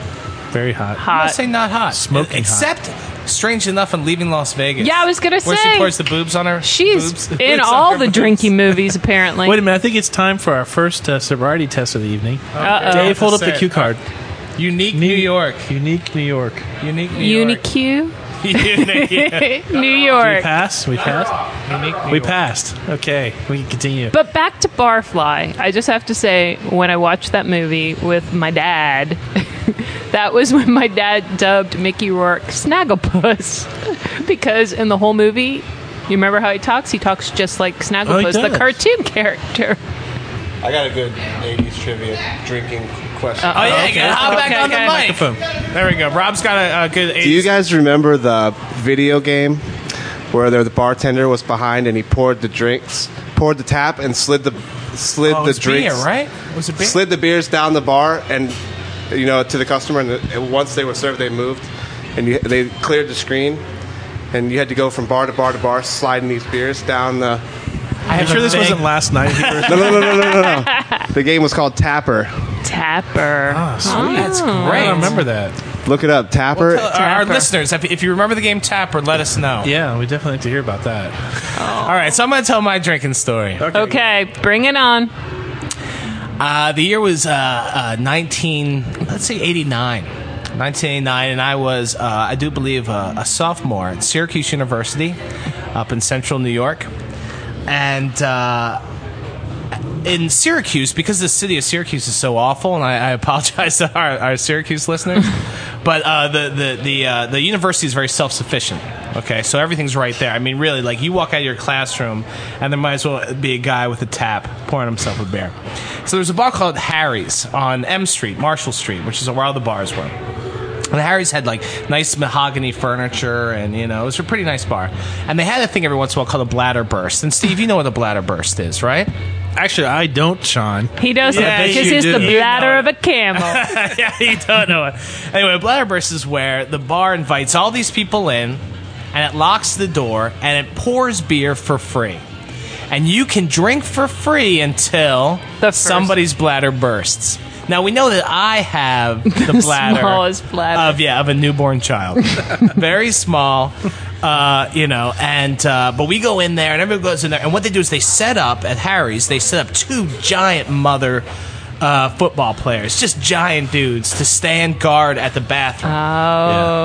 Very hot.
I'm gonna say not hot.
Smoking hot.
Except, strange enough, in leaving Las Vegas.
Yeah, I was gonna
Where
say.
she pours the boobs on her.
She's
boobs. *laughs*
in
Boobs on
all
her
the
boobs. *laughs*
drinking movies, apparently.
Wait a minute. I think it's time for our first uh, sobriety test of the evening.
Uh-oh.
Dave, hold up the
That's it.
cue card.
Unique New York.
Unique New York.
Unique New York.
UniQ,
*laughs* Unique.
*laughs*
Did
New
we
York.
pass? We passed?
Unique New
We
York.
passed. Okay. We can continue.
But back to Barfly, I just have to say, when I watched that movie with my dad, *laughs* that was when my dad dubbed Mickey Rourke Snagglepuss. *laughs* because in the whole movie, you remember how he talks? He talks just like Snagglepuss, the
Oh, does.
cartoon *laughs* character.
I got a good 80s trivia drinking question.
Oh, yeah,
Okay.
you gotta hop back
Okay,
on the
okay.
mic. There we go. Rob's got a, a good.
Do you guys remember the video game where there, the bartender was behind and he poured the drinks, poured the tap, and slid the slid
Oh, it
the
was beer,
drinks,
right? Was it beer?
Slid the beers down the bar and you know to the customer, and, the, and once they were served, they moved, and you, they cleared the screen, and you had to go from bar to bar to bar, sliding these beers down the.
I'm sure this wasn't last night.
No, no, no, no, no, no, no. The game was called Tapper.
Tapper. Oh,
That's great.
I don't remember that.
Look it up, Tapper.
Tell Uh, Our, our
Tapper.
listeners, if, if you remember the game Tapper, let us know.
Yeah, we definitely have to hear about that.
Oh.
All right, so I'm going to tell my drinking story.
Okay, bring it on.
Uh, the year was uh, uh, 19, let's say 89. 1989, and I was, uh, I do believe, uh, a sophomore at Syracuse University up in central New York. And uh, in Syracuse, because the city of Syracuse is so awful, and I, I apologize *laughs* to our, our Syracuse listeners, but uh, the the the uh, the university is very self sufficient. Okay, so everything's right there. I mean, really, like you walk out of your classroom, and there might as well be a guy with a tap pouring himself a beer. So there's a bar called Harry's on M Street, Marshall Street, which is where all the bars were. And Harry's had like nice mahogany furniture, and you know it was a pretty nice bar. And they had a thing every once in a while called a bladder burst. And Steve, you know what a bladder burst is, right?
Actually, I don't, Sean.
He doesn't. this is the bladder of a
*laughs*
camel.
yeah, you don't know it. Anyway, bladder burst is where the bar invites all these people in, and it locks the door, and it pours beer for free. And you can drink for free until somebody's bladder bursts. Now we know that I
*laughs*
have *laughs* the bladder,
Smallest bladder.
of yeah of a newborn
*laughs*
child, very small, uh, you know. And uh, but we go in there, and everyone goes in there, and what they do is they set up at Harry's. They set up two giant mother uh, football players, just giant dudes, to stand guard at the bathroom.
Um,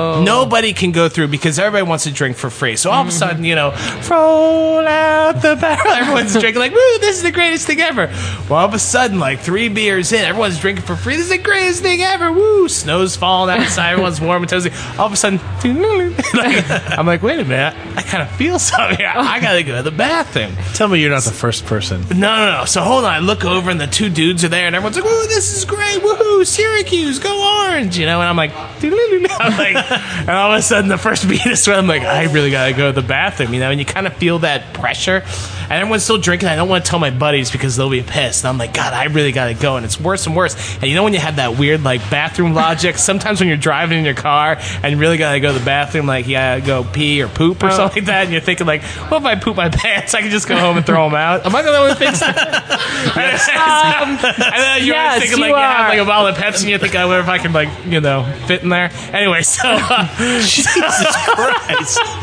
Oh. Nobody can go through because everybody wants to drink for free. So all
Mm-hmm.
of a sudden, you know, roll out the barrel. *laughs* Everyone's drinking like, woo, this is the greatest thing ever. Well, all of a sudden, like three beers in, everyone's drinking for free. This is the greatest thing ever. Woo, snow's falling outside. Everyone's warm and toasty. All of a sudden, *laughs* like, I'm like, wait a minute. I kind of feel something here.
*laughs*
I got to go to the bathroom.
Tell me you're not the first person.
No, no, no. So hold on. I look over and the two dudes are there, and everyone's like, "Woo, this is great! Woohoo, Syracuse, go orange!" You know, and I'm like, *laughs* "Doodle-doo-doo." I'm like, and all of a sudden the first beat is when I'm like, "I really gotta go to the bathroom," you know, and you kind of feel that pressure, and everyone's still drinking. I don't want to tell my buddies because they'll be pissed. And I'm like, "God, I really gotta go," and it's worse and worse. And you know when you have that weird like bathroom logic? Sometimes when you're driving in your car and you really gotta go to the bathroom, like you gotta go pee or poop or
Oh.
something like that, and you're thinking like, "Well, if I poop my *laughs* pants, I can just go home and throw them out." Am I the only one who thinks that? *laughs*
Um,
*laughs* I know you're
yes,
always thinking like
you
you have
are.
like a bottle of Pepsi and you think I wonder if I can like you know fit in there. Anyway, so uh, *laughs* Jesus Christ. *laughs*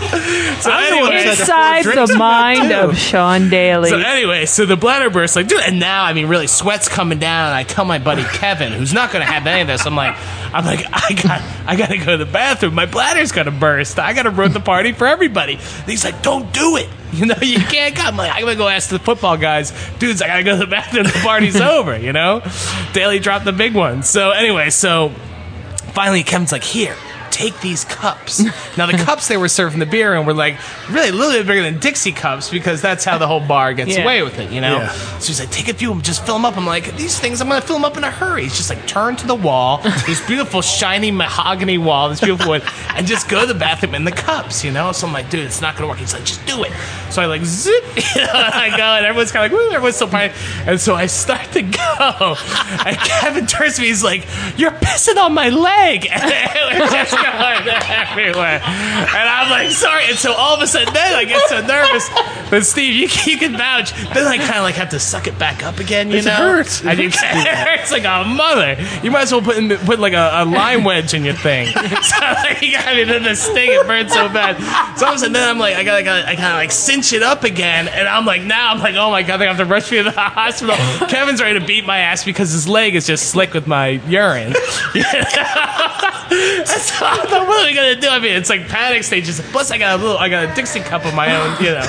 So anyway,
Inside the mind of Sean Daly.
so eh, anyway, so the bladder burst, like, dude, and now I mean, really, sweat's coming down. And I tell my buddy Kevin, who's not going to have any of this. I'm like, I'm like, I got, I got to go to the bathroom. My bladder's going to burst. I got to ruin the party for everybody. And he's like, don't do it. You know, you can't come. I'm like, I'm gonna go ask the football guys, dudes. I gotta go to the bathroom. The party's over. You know, Daly dropped the big one. So anyway, so finally Kevin's like, here, take these cups. now the cups they were serving the beer in were like really a little bit bigger than Dixie cups because that's how the whole bar gets
Yeah.
away with it, you know?
Yeah.
So he's like, take a few of them, just fill them up. I'm like, these things, I'm gonna fill them up in a hurry. He's just like, turn to the wall, this beautiful shiny mahogany wall, this beautiful wood, and just go to the bathroom in the cups, you know? So I'm like, dude, it's not gonna work. He's like, just do it. So I like zip, *laughs* you know, and I go, and everyone's kind of like, woo, everyone's still partying. And so I start to go, and Kevin turns to me, he's like, you're pissing on my leg. *laughs* And it was just going everywhere. And I'm like, sorry. And so all of a sudden, then I get so nervous. But Steve, you, *laughs* you can vouch. Then I kind of like have to suck it back up again. You
It
know,
hurts. It
And you, *laughs* it
hurts to do that.
hurts like a mother. You might as well put in, put like a, a lime wedge in your thing. *laughs* so like, you got me to the sting. It burns so bad. So all of a sudden, then I'm like, I gotta, gotta I kind of like cinch it up again. And I'm like, now I'm like, oh my god, they have to rush me to the *laughs* hospital. Kevin's ready to beat my ass because his leg is just slick with my urine. *laughs* That's what I'm really gonna do. I mean, it's like panic stages. Plus, I got a little, I got a Dixie cup of my own, you know,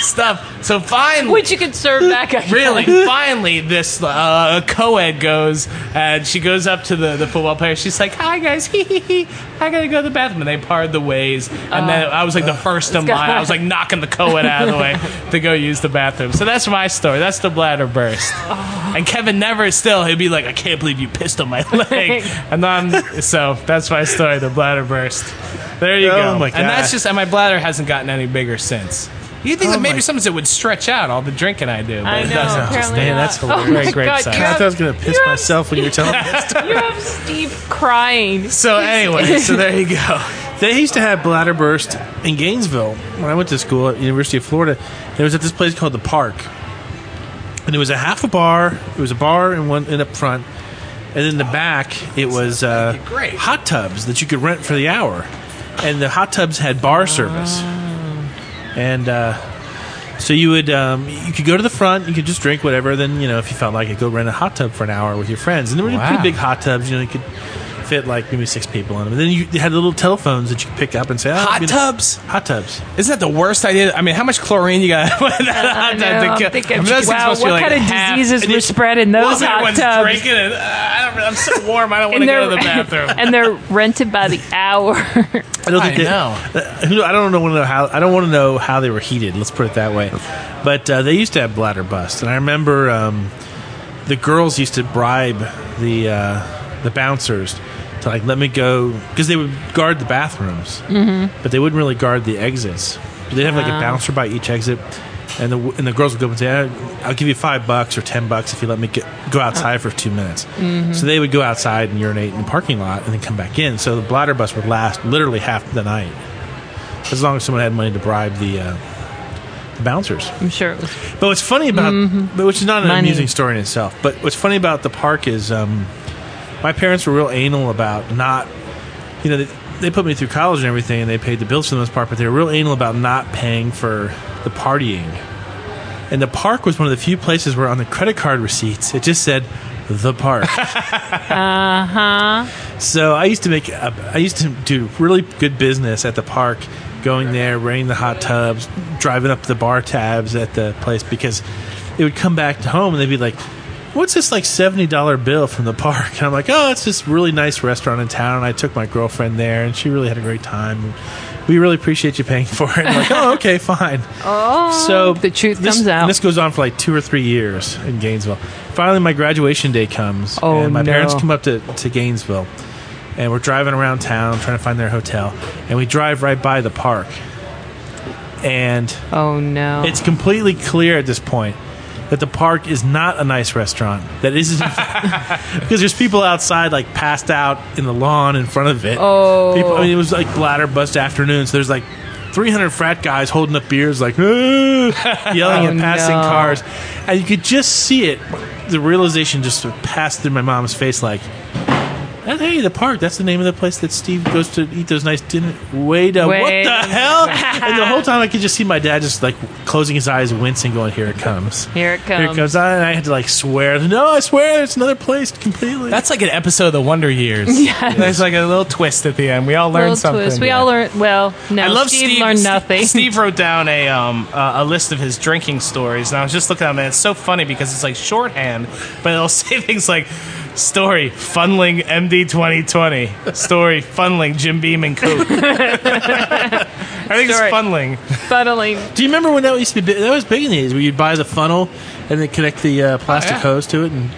stuff. So finally,
which you could serve back.
*laughs*
again. *laughs*
really, finally, this uh, co-ed goes and she goes up to the, the football player. She's like, "Hi guys, *laughs* hee hee hee. I gotta go to the bathroom." And they parred the ways. And then
Oh.
I was like the first in
God.
line. I was like knocking the co-ed out of the way to go use the bathroom. So that's my story. That's the bladder burst. And Kevin never still he'd be like, "I can't believe you pissed on my *laughs* leg." and I'm so that's my story. The bladder burst. There you
Oh
go.
my
and
God.
that's
Oh
just and my bladder hasn't gotten any bigger since. You think that maybe sometimes it would stretch out all the drinking I do? But
I
it
know,
doesn't.
apparently Oh
Man, that's hilarious.
Great, great
I
size.
thought I was gonna piss myself when you were telling me.
you have Steve crying.
*laughs*
So anyway, so there you go.
They used to have bladder burst in Gainesville when I went to school at University of Florida. And it was at this place called the Park, and it was a half a bar. It was a bar and one and up front, and in the back it was uh,
great.
hot tubs that you could rent for the hour, and the hot tubs had
Ah.
bar service, and. Uh, so you would um, you could go to the front, you could just drink whatever. Then you know if you felt like it, go rent a hot tub for an hour with your friends. And there were
Wow.
pretty big hot tubs. You know you could
fit like maybe six people in them. And then you had little telephones that you could pick up and say, oh,
Hot
I'm gonna-
tubs?
Hot tubs.
Isn't that the worst idea? I mean, how much chlorine you got? *laughs* with that
I
hot tub
know,
to
I'm
kill-
thinking,
I mean, those things
wow,
must be
what
like
kind of
half-
diseases
and
were
it's-
spread in those
Well,
hot
everyone's
tubs?
drinking it. Uh, I don't- I'm so
*laughs*
warm. I don't want to go to the
*laughs*
bathroom.
and they're rented by the hour.
I don't think they, know. I don't know, wanna know how. I don't want to know how they were heated. Let's put it that way. But uh, they used to have bladder busts, and I remember um, the girls used to bribe the uh, the bouncers to like let me go because they would guard the bathrooms,
Mhm.
but they wouldn't really guard the exits. They'd have like
Ah.
a bouncer by each exit. And the, and the girls would go up and say, "Ah, "I'll give you five bucks or ten bucks if you let me get, go outside for two minutes."
Mhm.
So they would go outside and urinate in the parking lot and then come back in. So the bladder bus would last literally half the night, as long as someone had money to bribe the, uh, the bouncers.
I'm sure it was.
But what's funny about, but which is not an
Money.
amusing story in itself, but what's funny about the park is um, my parents were real anal about not, you know, they, they put me through college and everything and they paid the bills for the most part, but they were real anal about not paying for the partying. And the park was one of the few places where on the credit card receipts it just said the park.
Uh huh.
So I used to make, a, I used to do really good business at the park, going there, renting the hot tubs, driving up the bar tabs at the place because it would come back to home and they'd be like, "What's this like seventy dollar bill from the park?" *laughs* And I'm like, "Oh, it's this really nice restaurant in town." And I took my girlfriend there, and she really had a great time. We really appreciate you paying *laughs* for it. And I'm like, oh, okay, fine.
Oh,
So
the truth
this,
comes out.
This goes on for like two or three years in Gainesville. Finally, my graduation day comes,
Oh,
and my
no.
parents come up to, to Gainesville, and we're driving around town trying to find their hotel, and we drive right by the park, and
oh no,
it's completely clear at this point that the park is not a nice restaurant. That is *laughs* because there's people outside like passed out in the lawn in front of it.
Oh.
people, I mean it was like bladder bust afternoon. So there's like 300 frat guys holding up beers, like *laughs* "Ah," yelling
Oh,
at passing
no.
cars, and you could just see it. The realization just sort of passed through my mom's face, like. "Oh, Hey, the park. That's the name of the place that Steve goes to eat those nice dinner. Wait a
Wait.
what
*laughs*
the hell? and the whole time I could just see my dad just like closing his eyes, wincing, going, "Here it comes."
Here it
Here it comes. And I had to like swear. No, I swear, it's another place completely.
That's like an episode of The Wonder Years.
*laughs* Yes.
There's like a little twist at the end. We all learn
Little
something.
twist. We all learned. Well, no,
I love
Steve,
Steve.
learned
Steve-
nothing.
Steve wrote down a um uh, a list of his drinking stories, and I was just looking at it. It's so funny because it's like shorthand, but it'll *laughs* say things like story funneling MD twenty twenty story funneling Jim Beam and *laughs* Coke. I think
Story.
it's funneling.
Funneling.
Do you remember when that used to be? Big? That was big in the eighties, where you'd buy the funnel and then connect the uh, plastic
yeah.
hose to it. And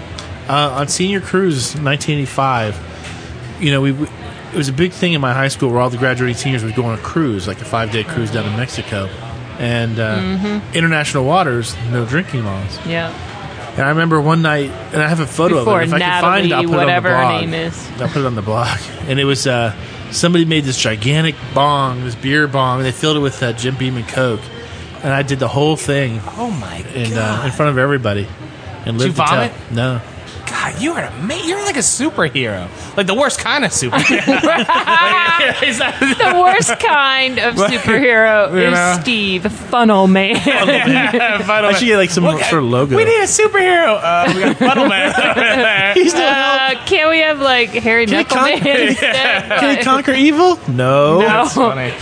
uh, on senior cruise, nineteen eighty five, you know, we it was a big thing in my high school where all the graduating seniors would go on a cruise, like a five day cruise down in Mexico, and uh,
Mhm.
international waters, no drinking laws.
Yeah.
And I remember one night, and I have a photo
Before
of it. If I can find it, I'll put
Natalie, whatever
it on
her
the blog.
name is.
I'll put it on the blog. And it was uh, somebody made this gigantic bong, this beer bong, and they filled it with uh, Jim Beam and Coke. And I did the whole thing.
Oh my
in, uh, in front of everybody. And
Did you
lived to tell.
vomit?
No.
God, you are amazing. You're like a superhero, like the worst kind of *laughs*
*laughs*
superhero.
the worst kind of
Right.
superhero
*laughs* You
is
know.
Steve Funnel Man.
*laughs*
*laughs*
Funnel
I should get like some sort of logo.
we need a superhero. Uh, we got Funnel Man over
*laughs*
there.
uh, can we have like Harry
Can he
Knuckle Man?
conquer-
instead?
*laughs* Can it conquer evil? No.
No.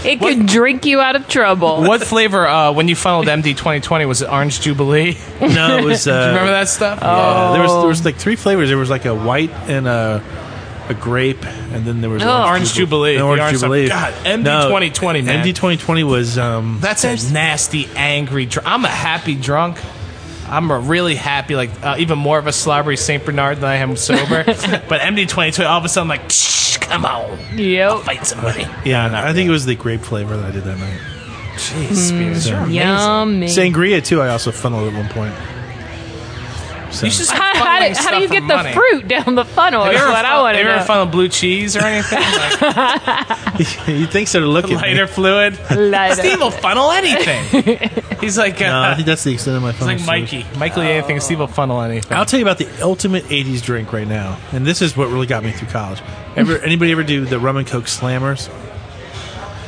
It can drink you out of trouble.
What flavor uh, when you funneled MD 2020 was it Orange Jubilee? *laughs*
No, it was.
Do
Uh,
you remember that stuff?
Oh.
Yeah, there was there
Oh.
was like three flavors. There was like a white and a a grape, and then there was
Oh. Orange Jubilee.
And
The
Orange
orange stuff.
Jubilee.
God, MD 2020, man.
MD twenty twenty was um.
That's a nasty, angry. Dr- I'm a happy drunk. I'm a really happy, like uh, even more of a slobbery Saint Bernard than I am sober. but MD 2020, all of a sudden, I'm like, Shh, come on,
yep. I'll
fight somebody.
Yeah, I think it was the grape flavor that I did that night.
Jeez, Spears, you're amazing.
Mm, Yummy.
Sangria too. I also funneled at one point. So- *laughs*
how, how do, how do you
for
get the
money.
fruit down the funnel?
Have you
Is
ever
what I
fun-
want to
have you ever
know.
funneled blue cheese or anything?
you think so? To look at
lighter fluid.
Lighter.
Steve will funnel anything. He's like, uh,
No, I think that's the extent
*laughs*
of my.
he's
funnel
like
stories.
Mikey. Mikey will eat anything. Steve will funnel anything.
I'll tell you about the ultimate '80s drink right now, and this is what really got me through college. Ever anybody ever do the rum and coke slammers?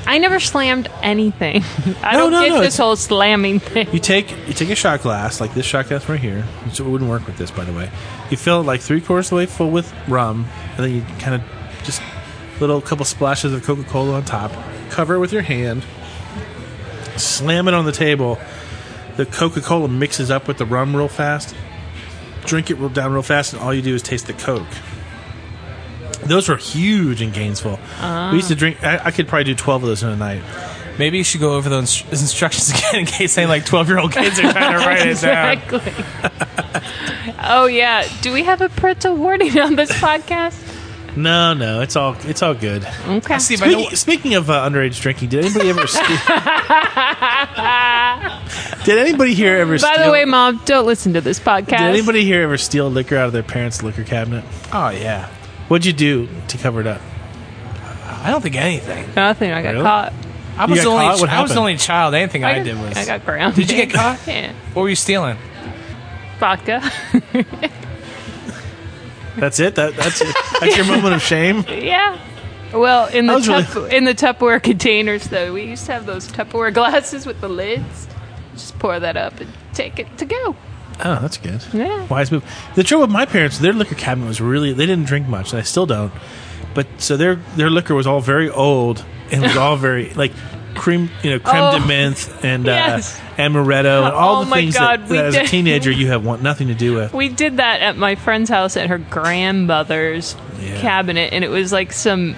I never slammed anything. *laughs* I
No,
don't
no,
get
no,
this
it's-
whole
*laughs*
slamming thing.
You take you take a shot glass like this shot glass right here. So it wouldn't work with this, by the way. You fill it like three quarters of the way full with rum, and then you kind of just little couple splashes of Coca Cola on top. Cover it with your hand. Slam it on the table. The Coca Cola mixes up with the rum real fast. Drink it real- down real fast, and all you do is taste the Coke. Those were huge in Gainesville.
Ah.
We used to drink. I, I could probably do twelve of those in a night.
Maybe you should go over those inst- instructions again in case any like twelve year old *laughs* kids are trying to write it down.
exactly. oh yeah. Do we have a parental warning on this podcast?
No, no, it's all it's all good.
Okay.
Speaking, speaking of uh, underage drinking, did
*laughs*
anybody ever? steal did anybody here ever?
By
steal,
the way, mom, don't listen to this podcast.
did anybody here ever steal liquor out of their parents' liquor cabinet?
Oh yeah.
What'd you do to cover it up?
I don't think anything.
Nothing. I got
Really?
caught.
I
You
was
got
the only
caught? What
I was
happened?
the only child. Anything I,
I got-
did was
I got grounded.
Did you get caught?
*laughs* Yeah.
What were you stealing?
Vodka. *laughs*
That's it. That that's it.
*laughs*
that's your moment of shame.
yeah. Well, in the
I was really-
tup- in the Tupperware containers, though, we used to have those Tupperware *laughs* glasses with the lids. Just pour that up and take it to go.
Oh, that's good.
Yeah.
Wise move. The trouble with my parents, their liquor cabinet was really they didn't drink much, and I still don't. But so their their liquor was all very old and was all
*laughs*
very like cream, you know, creme
Oh,
de menthe and
yes.
uh, amaretto and all
Oh
the
my
things
God,
that,
we
that as a
did.
teenager you have want nothing to do with.
We did that at my friend's house at her grandmother's cabinet, and it was like some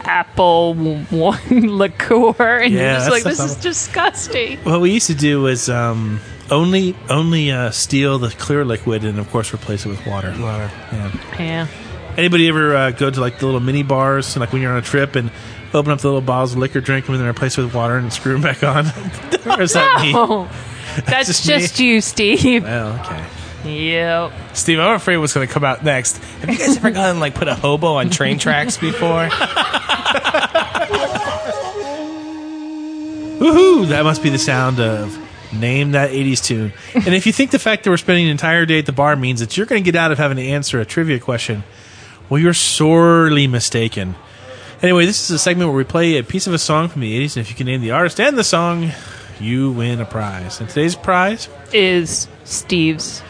apple *laughs* w- wine liqueur, and
Yeah,
you're
that's
just like,
the
this is
problem.
disgusting.
What we used to do was um, only only uh, steal the clear liquid and of course replace it with water. Water. Yeah.
Yeah.
Anybody ever uh, go to like the little mini bars, like when you're on a trip, and open up the little bottles of liquor, drink them, and then replace it with water and screw them back on? *laughs* or is that me?
No. Oh, That's
just
just,
me.
you, Steve.
Well, okay.
Yep.
Steve, I'm afraid what's going to come out next. Have you guys ever gone and like put a hobo on train tracks before?
*laughs* Woohoo! That must be the sound of name that 80s tune. And if you think the fact that we're spending an entire day at the bar means that you're going to get out of having to answer a trivia question, well, you're sorely mistaken. Anyway, this is a segment where we play a piece of a song from the 80s, and if you can name the artist and the song, you win a prize. And today's prize
is Steve's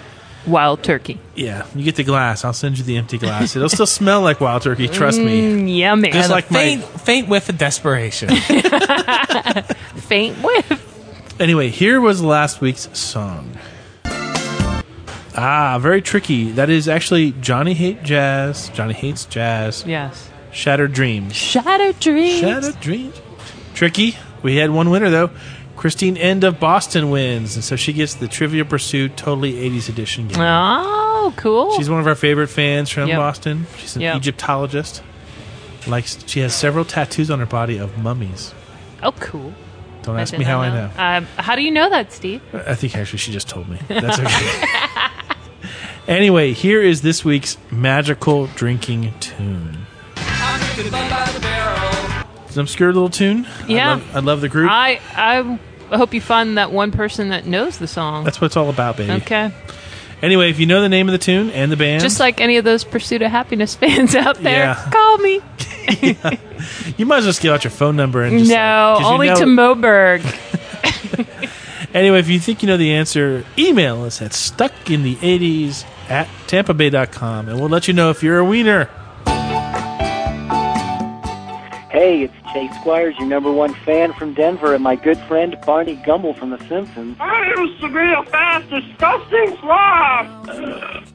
Wild Turkey.
Yeah, you get the glass. I'll send you the empty glass. It'll still smell like wild turkey. Trust me.
Mm, yummy.
Just like my-
faint, faint whiff of desperation.
faint whiff.
*laughs* Anyway, here was last week's song. Ah, very tricky. That is actually Johnny Hate Jazz. Johnny Hates Jazz.
Yes.
Shattered Dreams.
Shattered dreams.
Shattered Dreams. Tricky. We had one winner though. Christine End of Boston wins, and so she gets the Trivia Pursuit Totally 80s Edition game.
Oh, cool.
She's one of our favorite fans from
Yep.
Boston. She's an
Yep.
Egyptologist. Likes she has several tattoos on her body of mummies.
oh, cool.
Don't ask
did
me
not
how I
Um, how do you know that, Steve?
I think actually she just told me. That's okay. *laughs* anyway, here is this week's magical drinking tune. It's an obscure little tune. I
Yeah. Ah.
love, I love the group.
I I hope you find that one person that knows the song.
That's what it's all about, baby.
okay.
Anyway, if you know the name of the tune and the band,
Just like any of those Pursuit of Happiness *laughs* fans out there,
Yeah.
call me.
you might as well just give out your phone number and just
no,
like- 'cause you
only
know-
to Moberg.
Anyway, if you think you know the answer, email us at stuckinthe80s at tampabay.com and we'll let you know if you're a wiener.
Hey, it's Jay Squires, your number one fan from Denver, and my good friend Barney Gumble from The Simpsons.
I used to be a fat, disgusting slob.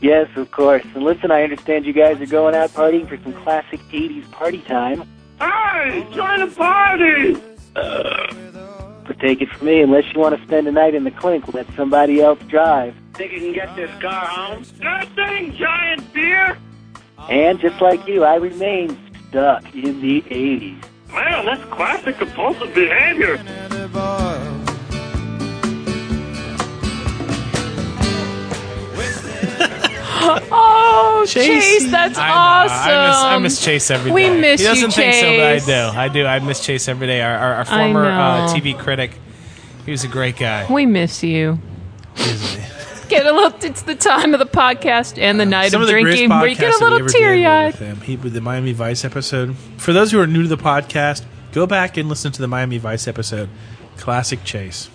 Yes, of course. And listen, I understand you guys are going out partying for some classic 80s party time,
Hey, join the party.
but take it from me, unless you want to spend a night in the clink, let somebody else drive.
Think you can get this car home? That thing, giant beer.
And just like you, I remain stuck in the 80s.
Man, that's classic compulsive behavior.
oh, Chase, that's
I know.
awesome.
I miss, I miss Chase every day.
We miss
He doesn't
you,
think so, but I
Chase.
do. I do. I miss Chase every day. Our, our, our
I
former uh,
know.
TV critic. He was a great guy.
We miss you. Get a little. It's the time of the podcast and the night of,
greatest
drinking where you get
podcasts
a
that we
little
ever did were
teary eyed.
with him. He with the Miami Vice episode. For those who are new to the podcast, go back and listen to the Miami Vice episode. Classic Chase.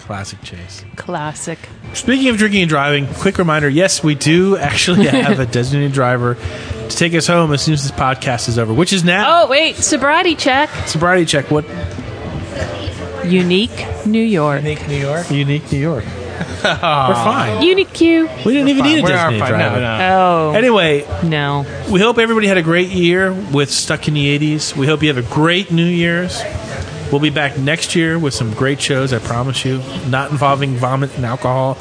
Classic Chase.
Classic.
Speaking of drinking and driving, quick reminder yes, we do actually have a designated driver to take us home as soon as this podcast is over, which is now.
Oh, wait. Sobriety check.
Sobriety check. What?
Unique New York.
Unique New York.
Unique
*laughs*
New York.
We're
fine.
Unique Q.
We didn't even need a Disney driver.
Oh.
Anyway,
no.
We hope everybody had a great year with Stuck in the 80s. We hope you have a great New Year's. We'll be back next year with some great shows, I promise you, not involving vomit and alcohol.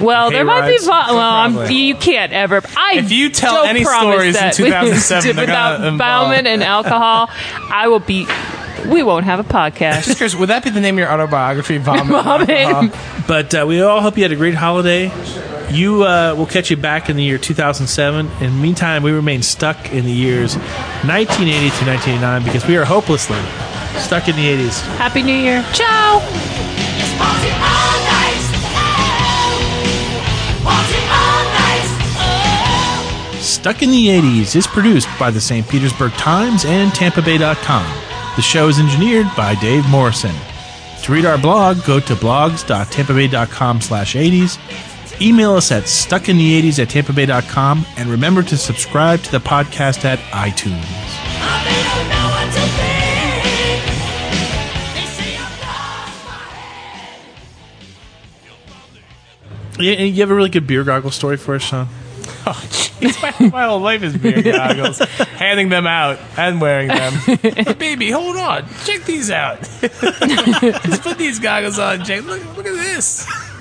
Well,
Hay
there might
rides.
be. Vo- well, I'm,
Probably.
you can't ever. I
If you tell
don't
any
promise
stories in
that *laughs*
2007,
with-
they're
without
gonna involve-
vomit and alcohol, I will be. We won't have a
*laughs*
podcast. *laughs*
Just curious, would that be the name of your autobiography, Vomit? Uh-huh.
Vomit.
Alcohol?
But uh, we all hope you had a great holiday. You uh, will catch you back in the year 2007. In the meantime, we remain stuck in the years 1980 to 1989 because we are hopelessly stuck in the 80s.
Happy New Year. Ciao.
Stuck in the 80s is produced by the St. Petersburg Times and TampaBay.com. The show is engineered by Dave Morrison. To read our blog, go to blogs.tampabay.com slash 80s. Email us at stuckinthe80s at tampabay.com and remember to subscribe to the podcast at iTunes. You, you have a really good beer goggle story for us, Sean?
my, my whole life is beer goggles, handing them out and wearing them. Baby, hold *laughs* on, check these out. Let's put these goggles on, Jake. Look, look at this.